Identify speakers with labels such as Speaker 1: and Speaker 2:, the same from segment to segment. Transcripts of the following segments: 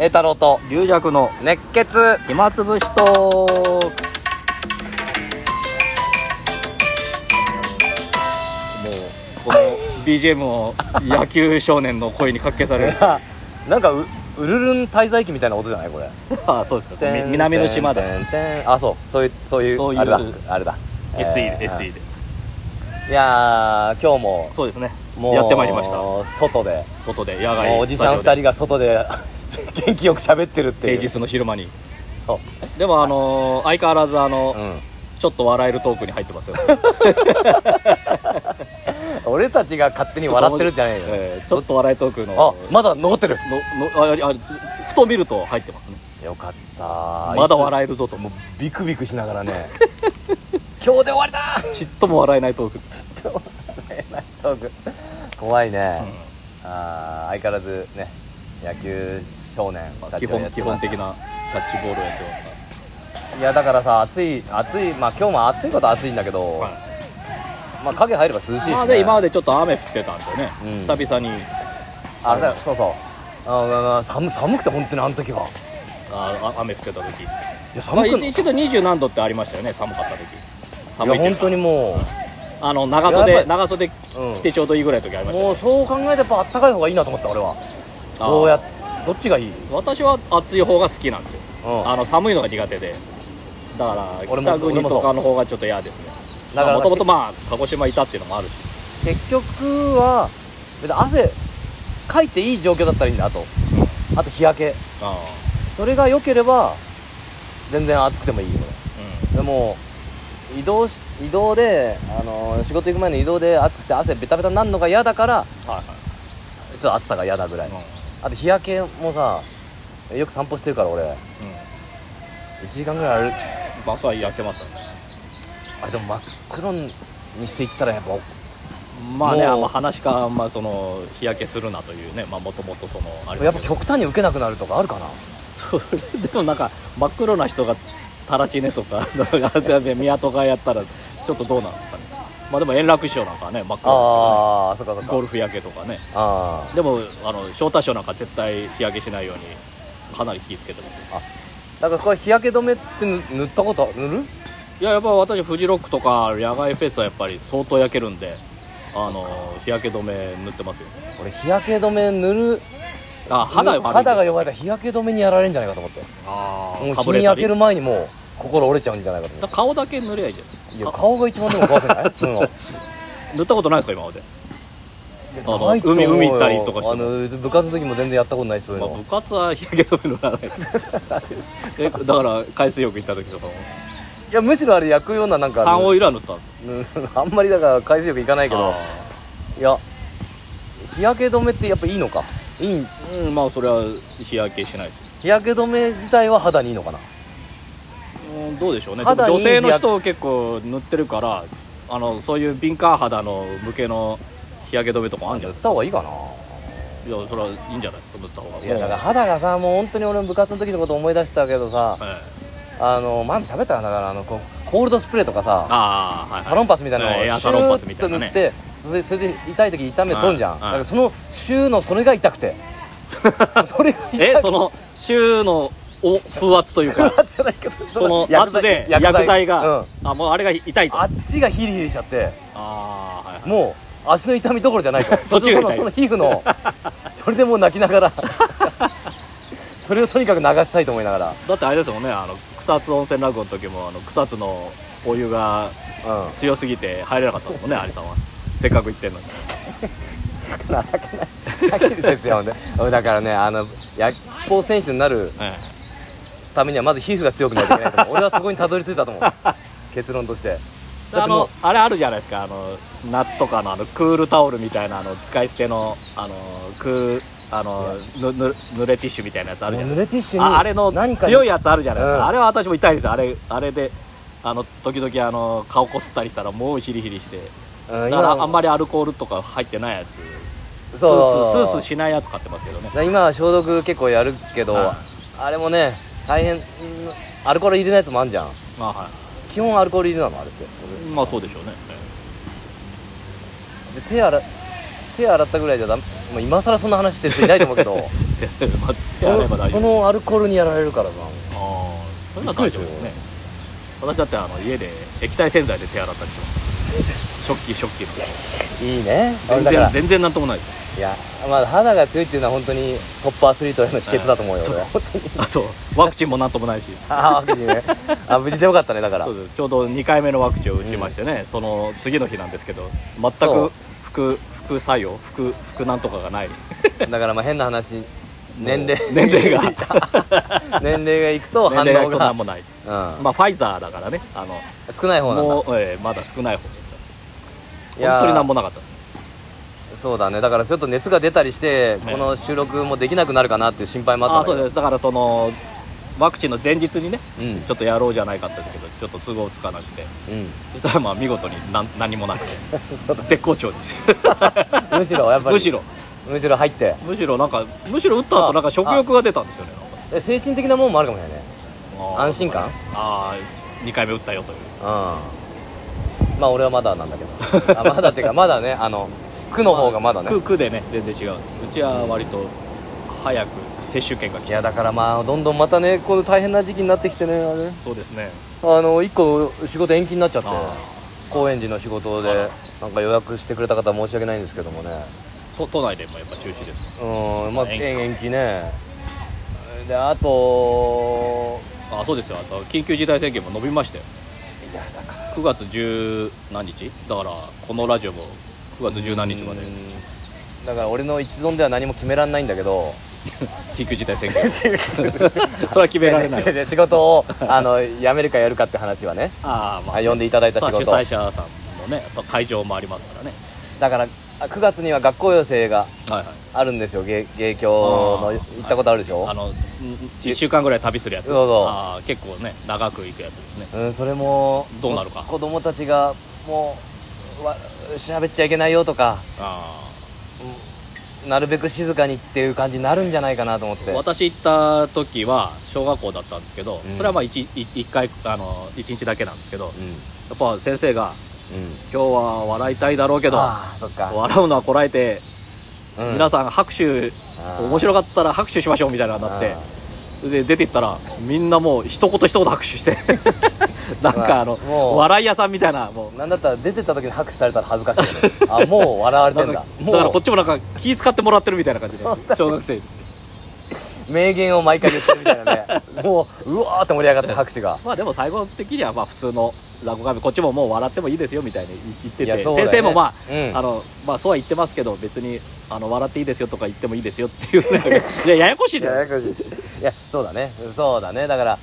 Speaker 1: 栄太郎と
Speaker 2: 龍弱の
Speaker 1: 熱血
Speaker 2: 暇つぶしともうこの BGM を野球少年の声にかけさ れる
Speaker 1: なんかうウルルン滞在記みたいな音じゃないこれ
Speaker 2: あそうですよみ南の島で
Speaker 1: てんてんてんあそうそういうそういう
Speaker 2: そういう
Speaker 1: あれだあれだ
Speaker 3: SE で
Speaker 1: えー
Speaker 3: SE で
Speaker 1: いやー今日も
Speaker 2: そうですね
Speaker 1: もう
Speaker 2: やってまいりました
Speaker 1: 外で
Speaker 2: 外で野
Speaker 1: もう
Speaker 2: 外
Speaker 1: おじさん2人が外で 元気よく喋ってるっていう
Speaker 2: 平日の昼間に
Speaker 1: そう
Speaker 2: でもあのー相変わらずあのちょっと笑えるトークに入っ てますよ
Speaker 1: うん、俺たちが勝手に笑ってるじゃねえよ、
Speaker 2: えーちょっと笑いトークの
Speaker 1: あまだ残ってる
Speaker 2: ののああふと見ると入ってます
Speaker 1: よかった
Speaker 2: ねまだ笑えるぞともう
Speaker 1: えビクビクしながら ね今日で終わりだ
Speaker 2: ちっとも笑えないトーク
Speaker 1: トーク怖いね、あー相変わらずね野球少年た
Speaker 2: 基
Speaker 1: ちをや
Speaker 2: 本
Speaker 1: って
Speaker 2: 基
Speaker 1: ま
Speaker 2: 本
Speaker 1: す
Speaker 2: 的なキャッチボールをやってま
Speaker 1: い
Speaker 2: す
Speaker 1: やだからさ暑い暑いまあ今日も暑いことは暑いんだけど、
Speaker 2: はい
Speaker 1: まあ影入れば涼しいし、ね、
Speaker 2: まあね今までちょっと雨降ってたんでね、
Speaker 1: うん
Speaker 2: 久々に
Speaker 1: あだそうそうああ寒寒くて本当にあの時は
Speaker 2: ああ雨降ってた時
Speaker 1: いや
Speaker 2: まあ
Speaker 1: 寒く
Speaker 2: 一一度二十何度ってありましたよね寒かった時
Speaker 1: いや
Speaker 2: 寒い
Speaker 1: 本
Speaker 2: っていうか
Speaker 1: 当にも
Speaker 2: あの長
Speaker 1: いややっぱ
Speaker 2: 袖
Speaker 1: り
Speaker 2: 長袖
Speaker 1: う、うん
Speaker 2: 着てちょうどいいぐらいの時ありました
Speaker 1: もうそう考えたらやっぱあったかい方がいいなと思った俺は
Speaker 2: あー
Speaker 1: どうやっどっちがいい、うん、
Speaker 2: 私は暑い方が好きなんですよあの寒いのが苦手でだから
Speaker 1: 俺も
Speaker 2: 北国とかの方がちょっと嫌ですね
Speaker 1: だから
Speaker 2: もともとまあ鹿児島いたっていうのもあるし、
Speaker 1: 結局は別に汗かいていい状況だったらいいんだあとあと日焼け
Speaker 2: あ
Speaker 1: それが良ければ全然暑くてもいいよ
Speaker 2: ー
Speaker 1: 俺でも移動し移動で、あのー仕事行く前の移動で暑くて汗ベタベタになるのが嫌だから
Speaker 2: うんはいはい
Speaker 1: ちょっと暑さが嫌だぐらい、
Speaker 2: う
Speaker 1: あと日焼けもさよく散歩してるから俺1
Speaker 2: んうん
Speaker 1: 時間ぐらい歩く
Speaker 2: バスはやってまし
Speaker 1: あ
Speaker 2: たね
Speaker 1: でも真っ黒にしていったらやっぱ
Speaker 2: まあね
Speaker 1: もう
Speaker 2: あんま話かあんまその日焼けするなというねまあもともとそのあれ
Speaker 1: や
Speaker 2: だ
Speaker 1: っ
Speaker 2: け
Speaker 1: ぱ
Speaker 2: ど
Speaker 1: 極端に受けなくなるとかあるかな
Speaker 2: そ れでもなんか真っ黒な人がタラチネとか 宮戸がやったらちょっとどうなんですかねまあでも円楽師匠なんかはね真っ黒
Speaker 1: ああそっかそ
Speaker 2: で
Speaker 1: っ
Speaker 2: す
Speaker 1: か
Speaker 2: よねゴルフ焼けとかね
Speaker 1: ああ
Speaker 2: でもあの翔太師匠なんか絶対日焼けしないようにかなり気ぃつけてます
Speaker 1: だからこれ日焼け止めって塗塗ったこと塗る
Speaker 2: いややっぱ私フジロックとか野外フェスはやっぱり相当焼けるんであの日焼け止め塗ってますよ
Speaker 1: 俺日焼け止め塗る
Speaker 2: あ肌よ
Speaker 1: 肌が弱いから日焼け止めにやられるんじゃないかと思って
Speaker 2: あ
Speaker 1: も
Speaker 2: ー
Speaker 1: う
Speaker 2: か
Speaker 1: 日
Speaker 2: ぶ
Speaker 1: に
Speaker 2: れた
Speaker 1: 焼
Speaker 2: り
Speaker 1: ける前にもう心折れちゃうんじゃないかと思
Speaker 2: だ
Speaker 1: っ
Speaker 2: から顔だけ塗りゃいいじゃない
Speaker 1: ていや顔が一番でも怖くない その
Speaker 2: 塗ったことないですか今まで、あの
Speaker 1: ないと思うよ
Speaker 2: 海海行ったりとかして
Speaker 1: あの部活の時も全然やったことないしそういう
Speaker 2: ま
Speaker 1: の、
Speaker 2: あ、部活は日焼け止め塗らないですけどえだから海水浴行った時とかも
Speaker 1: いやむしろあれ焼くようななんか
Speaker 2: サンオイルは塗ったんです
Speaker 1: うんあんまりだから海水浴行かない
Speaker 2: け
Speaker 1: けどいや日焼け止めってやっぱいいのかいい
Speaker 2: うんまあそれは日焼けしないです、
Speaker 1: 日焼け止め自体は肌にいいのかな
Speaker 2: うん、どうでしょうねでも
Speaker 1: 肌に
Speaker 2: 女性の人結構塗ってるからあのそういう敏感肌の向けの日焼け止めとかあるんじゃ
Speaker 1: 塗っ
Speaker 2: ないです
Speaker 1: た方がいいかな
Speaker 2: かいやそれはいいんじゃないですか塗った方が
Speaker 1: いやだから肌がさもう本当に俺の部活の時のこと思い出したけどさ
Speaker 2: ええ
Speaker 1: あの前も喋ったかなだからあのこうコールドスプレーとかさ
Speaker 2: ああはい、はい、
Speaker 1: サロンパスみたいなのを
Speaker 2: ええエア
Speaker 1: シュ
Speaker 2: サロンパスみ
Speaker 1: ーッと
Speaker 2: たいな
Speaker 1: 塗
Speaker 2: ね
Speaker 1: ってそれそれで痛い時痛めとんじゃん
Speaker 2: う
Speaker 1: だ
Speaker 2: ん
Speaker 1: からそのシューのそれが痛 くてそれが痛くて
Speaker 2: えその週のお風圧というか
Speaker 1: 風圧じゃないけどそ
Speaker 2: その圧で薬剤が、
Speaker 1: うん
Speaker 2: あもうあれが痛いと
Speaker 1: あ
Speaker 2: あ
Speaker 1: っちがヒリヒリしちゃって
Speaker 2: あーはいはい
Speaker 1: もう足の痛みどころじゃないと
Speaker 2: そっちが痛
Speaker 1: そ
Speaker 2: い
Speaker 1: のその皮膚の それでもう泣きながらそれをとにかく流したいと思いながら、
Speaker 2: だってあれですもんねあの草津温泉ラグの時もあの草津のお湯が
Speaker 1: うん、
Speaker 2: 強すぎて入れなかったです もんね有さんはせっかく行ってんのに
Speaker 1: 情けないですよね俺だからねあの野球選手になる
Speaker 2: え
Speaker 1: ためにはまず皮膚が強くなきゃいけないと思う俺はそこにたどり着いたと思う 結論として
Speaker 2: え
Speaker 1: だっ
Speaker 2: あ
Speaker 1: てもう
Speaker 2: のあれあるじゃないですかあの夏とかのあのクールタオルみたいなあの使い捨てのあのクーあのぬぬ濡れティッシュみたいなやつあるじゃな
Speaker 1: 濡
Speaker 2: いで
Speaker 1: れティッシ
Speaker 2: す
Speaker 1: ュ
Speaker 2: か
Speaker 1: に
Speaker 2: ああれの
Speaker 1: 何かに
Speaker 2: 強いやつあるじゃないですか、
Speaker 1: うん
Speaker 2: あれは私も痛いですあれあれであの時々あの顔こすったりしたらもうヒリヒリして
Speaker 1: うん
Speaker 2: だからあ
Speaker 1: 今
Speaker 2: んまりアルコールとか入ってないやつスース
Speaker 1: そう
Speaker 2: ースースーしないやつ買ってますけどね
Speaker 1: だから今は消毒結構やるけど、
Speaker 2: はい
Speaker 1: あれもね大変うんアルコール入れないやつもあんじゃん
Speaker 2: まあはい
Speaker 1: 基本アルコール入れなのあれって
Speaker 2: まあそうでしょうね。
Speaker 1: で手洗う手洗ったぐらいじゃダメもう今更そんな話してる人いないと思うけど
Speaker 2: まあ 手洗えば大丈
Speaker 1: そ
Speaker 2: 夫あ
Speaker 1: のアルコールにやられるからさ
Speaker 2: あそれは大丈夫ですね私だってあの家で液体洗剤で手洗ったりします食器食器の
Speaker 1: いいね
Speaker 2: 全
Speaker 1: だから
Speaker 2: 然全然なんともないです
Speaker 1: いやまあ肌が強いっていうのは本当にトップアスリートへの秘訣だと思うよ、
Speaker 2: はい
Speaker 1: 俺は本当に
Speaker 2: あとワクチンもなんともないし
Speaker 1: ああワクチンねあ無事でよかったねだから
Speaker 2: そうですちょうど2回目のワクチンを打ちましてね、その次の日なんですけど全
Speaker 1: そう
Speaker 2: く副副作用副副なんとかがない
Speaker 1: だからまあ変な話年齢
Speaker 2: 年 齢が
Speaker 1: 年齢がいくと
Speaker 2: 年
Speaker 1: 反応
Speaker 2: 齢がいくと
Speaker 1: が
Speaker 2: なんもない
Speaker 1: うん
Speaker 2: まあファイザーだからねあの
Speaker 1: 少ない方なんだ
Speaker 2: もう、えーまだ少ない方でし
Speaker 1: い
Speaker 2: た
Speaker 1: やー
Speaker 2: 本当になんもなかったです
Speaker 1: そうだねだからちょっと熱が出たりして、
Speaker 2: ね
Speaker 1: この収録もできなくなるかなっていう心配もあ
Speaker 2: あ
Speaker 1: った
Speaker 2: ーそ
Speaker 1: ん
Speaker 2: う
Speaker 1: だ
Speaker 2: ですだからそのワクチンの前日にね
Speaker 1: けど
Speaker 2: ちょっとやろうじゃないかったんですけどちょっと都合つかなく
Speaker 1: う
Speaker 2: て
Speaker 1: ん、うん、
Speaker 2: そしたらまあ見事に何何もな くて絶好調です
Speaker 1: むしろやっぱり
Speaker 2: むしろ
Speaker 1: むしろ入って
Speaker 2: むしろなんかむしろ打った後なんか食欲が出たんですよね
Speaker 1: え精神的なもんもあるかもしれないね
Speaker 2: あー
Speaker 1: 安心感うん
Speaker 2: ああ2回目打ったよという
Speaker 1: まあ俺はまだなんだけどあまだっていうかまだねあの区の方がまだね
Speaker 2: 空空でね全然違ううちは割と早く接種券が
Speaker 1: い
Speaker 2: 来た
Speaker 1: やだからまあどんどんまたねこの大変な時期になってきてねあれ
Speaker 2: そうですね
Speaker 1: あの1個仕事延期になっちゃって
Speaker 2: あ
Speaker 1: 高円寺の仕事でなんか予約してくれた方は申し訳ないんですけどもね
Speaker 2: ーと都内でもやっぱ中止です
Speaker 1: うんまあ
Speaker 2: 延期
Speaker 1: 延期ねであと
Speaker 2: あーそうですよあと緊急事態宣言も伸びましたよ
Speaker 1: いやだから
Speaker 2: 9月10何日だからこのラジオも9月10何日まで
Speaker 1: うんだから俺の一存では何も決められないんだけど
Speaker 2: 緊急事態 宣言それは決められない
Speaker 1: 仕事をあの辞めるかやるかって話はね
Speaker 2: あーまあ
Speaker 1: あ呼んでいただいた
Speaker 2: まあ
Speaker 1: 仕
Speaker 2: 主
Speaker 1: 事
Speaker 2: 催者さんもねあと会場もありますからね
Speaker 1: だからあ9月には学校予選が
Speaker 2: はいはい
Speaker 1: あるんですよ芸芸協の
Speaker 2: あー
Speaker 1: 行ったことあるでしょ
Speaker 2: あの1週間ぐらい旅するやつ
Speaker 1: そうそう
Speaker 2: あー結構ね長く行くやつですね
Speaker 1: うんそれも
Speaker 2: どうなるか
Speaker 1: 子供たちがもうわ喋っちゃいけないよとか
Speaker 2: ああ
Speaker 1: なるべく静かにっていう感じになるんじゃないかなと思って
Speaker 2: 私行った時は小学校だったんですけど、それはまあ 1, 回あの一日だけなんですけどや
Speaker 1: うん
Speaker 2: っぱ先生が
Speaker 1: うん
Speaker 2: 「今日は笑いたいだろうけど
Speaker 1: ああそっか、
Speaker 2: 笑うのはこらえて、
Speaker 1: うん
Speaker 2: 皆さん拍手
Speaker 1: あー
Speaker 2: 面白かったら拍手しましょう」みたいなのになって
Speaker 1: あ
Speaker 2: で出て行ったらみんなもう一言一言拍手して なんかあの
Speaker 1: うわもう
Speaker 2: 笑い屋さんみたいなもう。
Speaker 1: なんだったら出てった時に拍手されたら恥ずかしいよねあもう笑われて
Speaker 2: なん
Speaker 1: ん
Speaker 2: か
Speaker 1: だ
Speaker 2: だ
Speaker 1: も
Speaker 2: からこっ
Speaker 1: う
Speaker 2: ちもなんか気遣ってもらってるみたいな感 じで小学生に
Speaker 1: 名言を毎回言ってるみたいな ねもううわーって盛り上がって拍手が
Speaker 2: まあでも最後的にはまあ普通の落語家こっちももう笑ってもいいですよみたいに言ってて、
Speaker 1: いやそうだよ
Speaker 2: 先
Speaker 1: ね
Speaker 2: 生もまあ
Speaker 1: うん
Speaker 2: あのまあ、そうは言ってますけど別にあの笑っていいですよとか言ってもいいですよっていう、ね、 いやややこしい
Speaker 1: いやや
Speaker 2: ね
Speaker 1: やこしいいやそうだねそうだねだから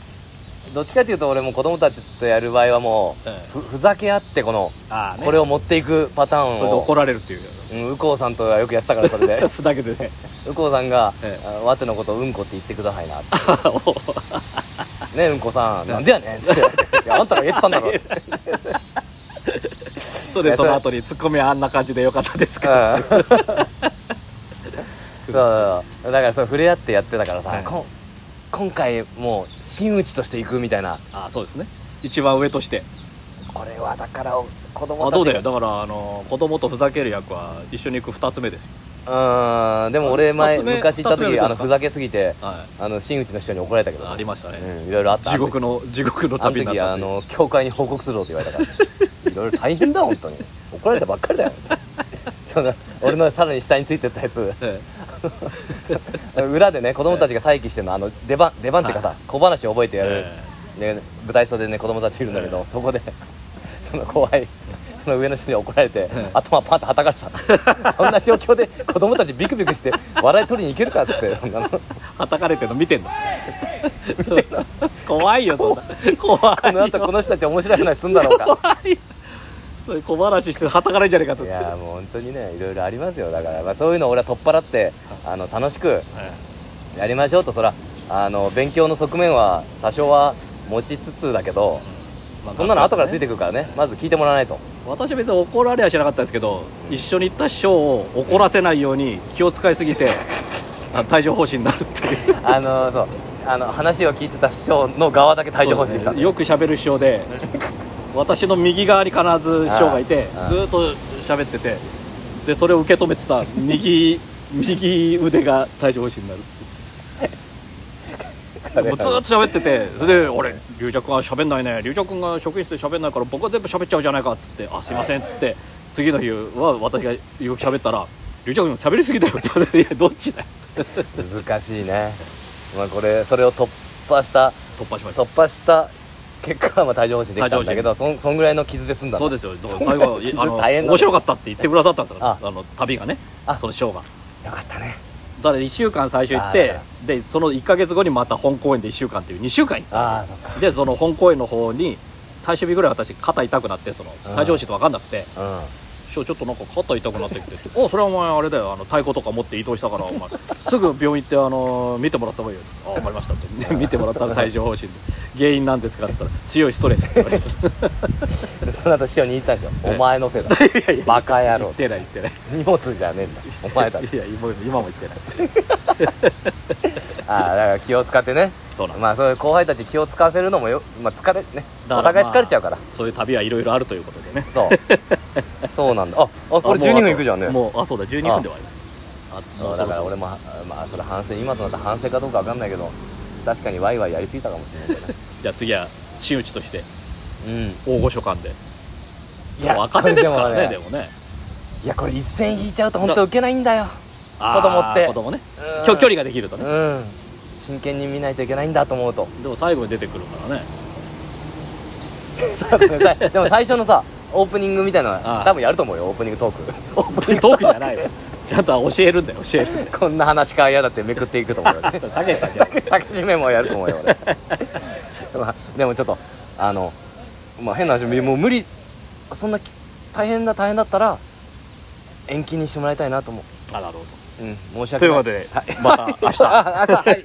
Speaker 1: どっちかっていうと俺も子供たちとやる場合はもう、
Speaker 2: うん
Speaker 1: ふふざけ合ってこの、
Speaker 2: ああね
Speaker 1: これを持っていくパターン
Speaker 2: それで
Speaker 1: を
Speaker 2: 怒られるっていう
Speaker 1: うん右近さんとはよくやってたからそれ で
Speaker 2: ふざけてね
Speaker 1: 右近さんが
Speaker 2: ええ
Speaker 1: あ「わてのことをうんこって言ってくださいな」って
Speaker 2: お
Speaker 1: 「ねうんこさんなんでやねん」って「いやあんたが言ってたんだろ」って
Speaker 2: それでその後にツッコミはあんな感じでよかったですか、
Speaker 1: うんそうだからそう触れ合ってやってたからさ、
Speaker 2: はい
Speaker 1: こん今回もう真打ちとしていくみたいな
Speaker 2: ああそうですね一番上として
Speaker 1: これはだから子供
Speaker 2: あ
Speaker 1: た
Speaker 2: どう
Speaker 1: ち
Speaker 2: だよだからあの子供とふざける役は一緒に行く2つ目です
Speaker 1: うんでも俺前
Speaker 2: 二つ目
Speaker 1: 昔行った
Speaker 2: 二つ目
Speaker 1: 時
Speaker 2: ですか
Speaker 1: あのふざけすぎて
Speaker 2: よ、は
Speaker 1: あの真打ちの人に怒られたけど
Speaker 2: い、ありましたね、
Speaker 1: うんいろいろあった
Speaker 2: 地獄の地獄の
Speaker 1: あの
Speaker 2: 旅になっ
Speaker 1: 時
Speaker 2: た
Speaker 1: あ
Speaker 2: っていう
Speaker 1: の教会に報告するぞって言われたからいろいろ大変だ本当に怒られたばっかりだよ その俺のさらに下についてったやつ
Speaker 2: え
Speaker 1: 裏でね子供たちが待機してるのあの出番出番っていうかさ小話を覚えて
Speaker 2: え
Speaker 1: やる
Speaker 2: え、
Speaker 1: ね、舞台袖でね子供たちいるんだけど、
Speaker 2: ええ
Speaker 1: そこで その怖いその上の人に怒られて、
Speaker 2: え
Speaker 1: 頭パンってはたかれてた そんな状況で子供たちビクビクして笑い取りに行けるかっつって そんなのこ
Speaker 2: はたかれてるの見 てんの怖いよそんな怖い
Speaker 1: の後この人たち面白い話すんだろうか
Speaker 2: 怖いそれ小話してはたかれんじゃねえかと
Speaker 1: いやーもう本当にねいろいろありますよだから、まあ、そういうのを俺は取っ払ってあの楽しくやりましょうとそらあの勉強の側面は多少は持ちつつだけどそんなの後からついてくるからねまず聞いてもらわ ないと
Speaker 2: 私は別に怒られはしなかったですけど一緒に行った師匠を怒らせないように気を使いすぎ てあ帯状疱疹になるっていう
Speaker 1: あのそうあの話を聞いてた師匠の側だけ退場欲しいしたんだよ
Speaker 2: よく喋る師匠で私の右側に必ず師匠がいてず
Speaker 1: ああ
Speaker 2: ーっと喋っててでそれを受け止めてた右右腕が帯状疱疹になるっていうもうずーっと喋っててそれで「俺龍尺は喋んないね龍尺君が職員室で喋んないから僕は全部喋っちゃうじゃないか」っつって「あすいません」っつって次の日は私がよく喋ったら「龍尺君喋りすぎだよ」って言われて「い やどっちだよ
Speaker 1: 難しいねまあこれそれを突破した」
Speaker 2: 突破しました
Speaker 1: 突破した結果はまあ帯状疱疹できたんだけどそんそんぐらいの傷で済んだんだ
Speaker 2: そうですよだから最後あの
Speaker 1: 大変だね
Speaker 2: 面白かったって言ってくださったんですよ
Speaker 1: あ
Speaker 2: あの旅がね
Speaker 1: あ
Speaker 2: そのショーが
Speaker 1: よかったね
Speaker 2: だから1週間最初行っ
Speaker 1: あーだ
Speaker 2: て
Speaker 1: か
Speaker 2: でその1か月後にまた本公演で1週間っていう2週間行っ
Speaker 1: ああそっか
Speaker 2: たでその本公演の方に最終日ぐらい私肩痛くなってその
Speaker 1: うん
Speaker 2: 体調子と分かんなくて
Speaker 1: うん
Speaker 2: 「師匠ちょっとなんか肩痛くなってきて」 おそれはお前あれだよあの太鼓とか持って移動したからお前 すぐ病院行ってあの見てもらった方がいいよ」あ分かりました」って で見てもらったら体調方針で「原因なんですか?」って言ったら「 強いストレス」って言われて
Speaker 1: でその後師匠に言ったんですよ「
Speaker 2: え
Speaker 1: お前のせいだ
Speaker 2: 「いやいや
Speaker 1: バカ野
Speaker 2: 言
Speaker 1: 郎
Speaker 2: ってない言ってない」
Speaker 1: 荷物じゃねえんだお前だ
Speaker 2: いや今も今も言ってない
Speaker 1: ああだから気を使ってね
Speaker 2: そうなんだ
Speaker 1: まあそういう後輩たち気を使わせるのもよ、まあ、疲れね
Speaker 2: だ
Speaker 1: お
Speaker 2: か
Speaker 1: 互
Speaker 2: らまあ
Speaker 1: い疲れちゃうから
Speaker 2: そういう旅はいろいろあるということでね
Speaker 1: そうそうなんだああこれ
Speaker 2: あもう
Speaker 1: 12分いくじゃんね
Speaker 2: もうあそうだ12分で終わりあ
Speaker 1: そうだから俺もはまあそれ反省今となって反省かどうかわかんないけど確かにワイワイやりすぎたかもしれないけどね
Speaker 2: じゃあ次は真打ちとして
Speaker 1: うん
Speaker 2: 大御所館で
Speaker 1: いや
Speaker 2: 若手ですからね
Speaker 1: これで
Speaker 2: でもね
Speaker 1: いやこれ一線引いちゃうと本当ウケないんだよ
Speaker 2: あ
Speaker 1: 子
Speaker 2: ー
Speaker 1: 供って
Speaker 2: 子供ね
Speaker 1: うん
Speaker 2: きょ距離ができるとね
Speaker 1: うん真剣に見ないといけないんだと思うと
Speaker 2: でも最後に出てくるからね
Speaker 1: そうですねさでも最初のさオープニングみたいなの
Speaker 2: あ
Speaker 1: は
Speaker 2: あ
Speaker 1: 多分やると思うよオープニングトーク
Speaker 2: オープニングトークじゃないわちゃんと教えるんだよ教える
Speaker 1: こんな話か嫌だってめくっていくと思うよ
Speaker 2: たけしさんじゃん
Speaker 1: 酒締めもやると思うよ俺まあでもちょっとあの、まあ、変な話もう無理そんなき大変だ大変だったら延期にしてもらいたいなと思う
Speaker 2: あなるほど
Speaker 1: うん申し訳
Speaker 2: という
Speaker 1: な
Speaker 2: こ
Speaker 1: い
Speaker 2: とで
Speaker 1: はい
Speaker 2: また明日
Speaker 1: あ明日はい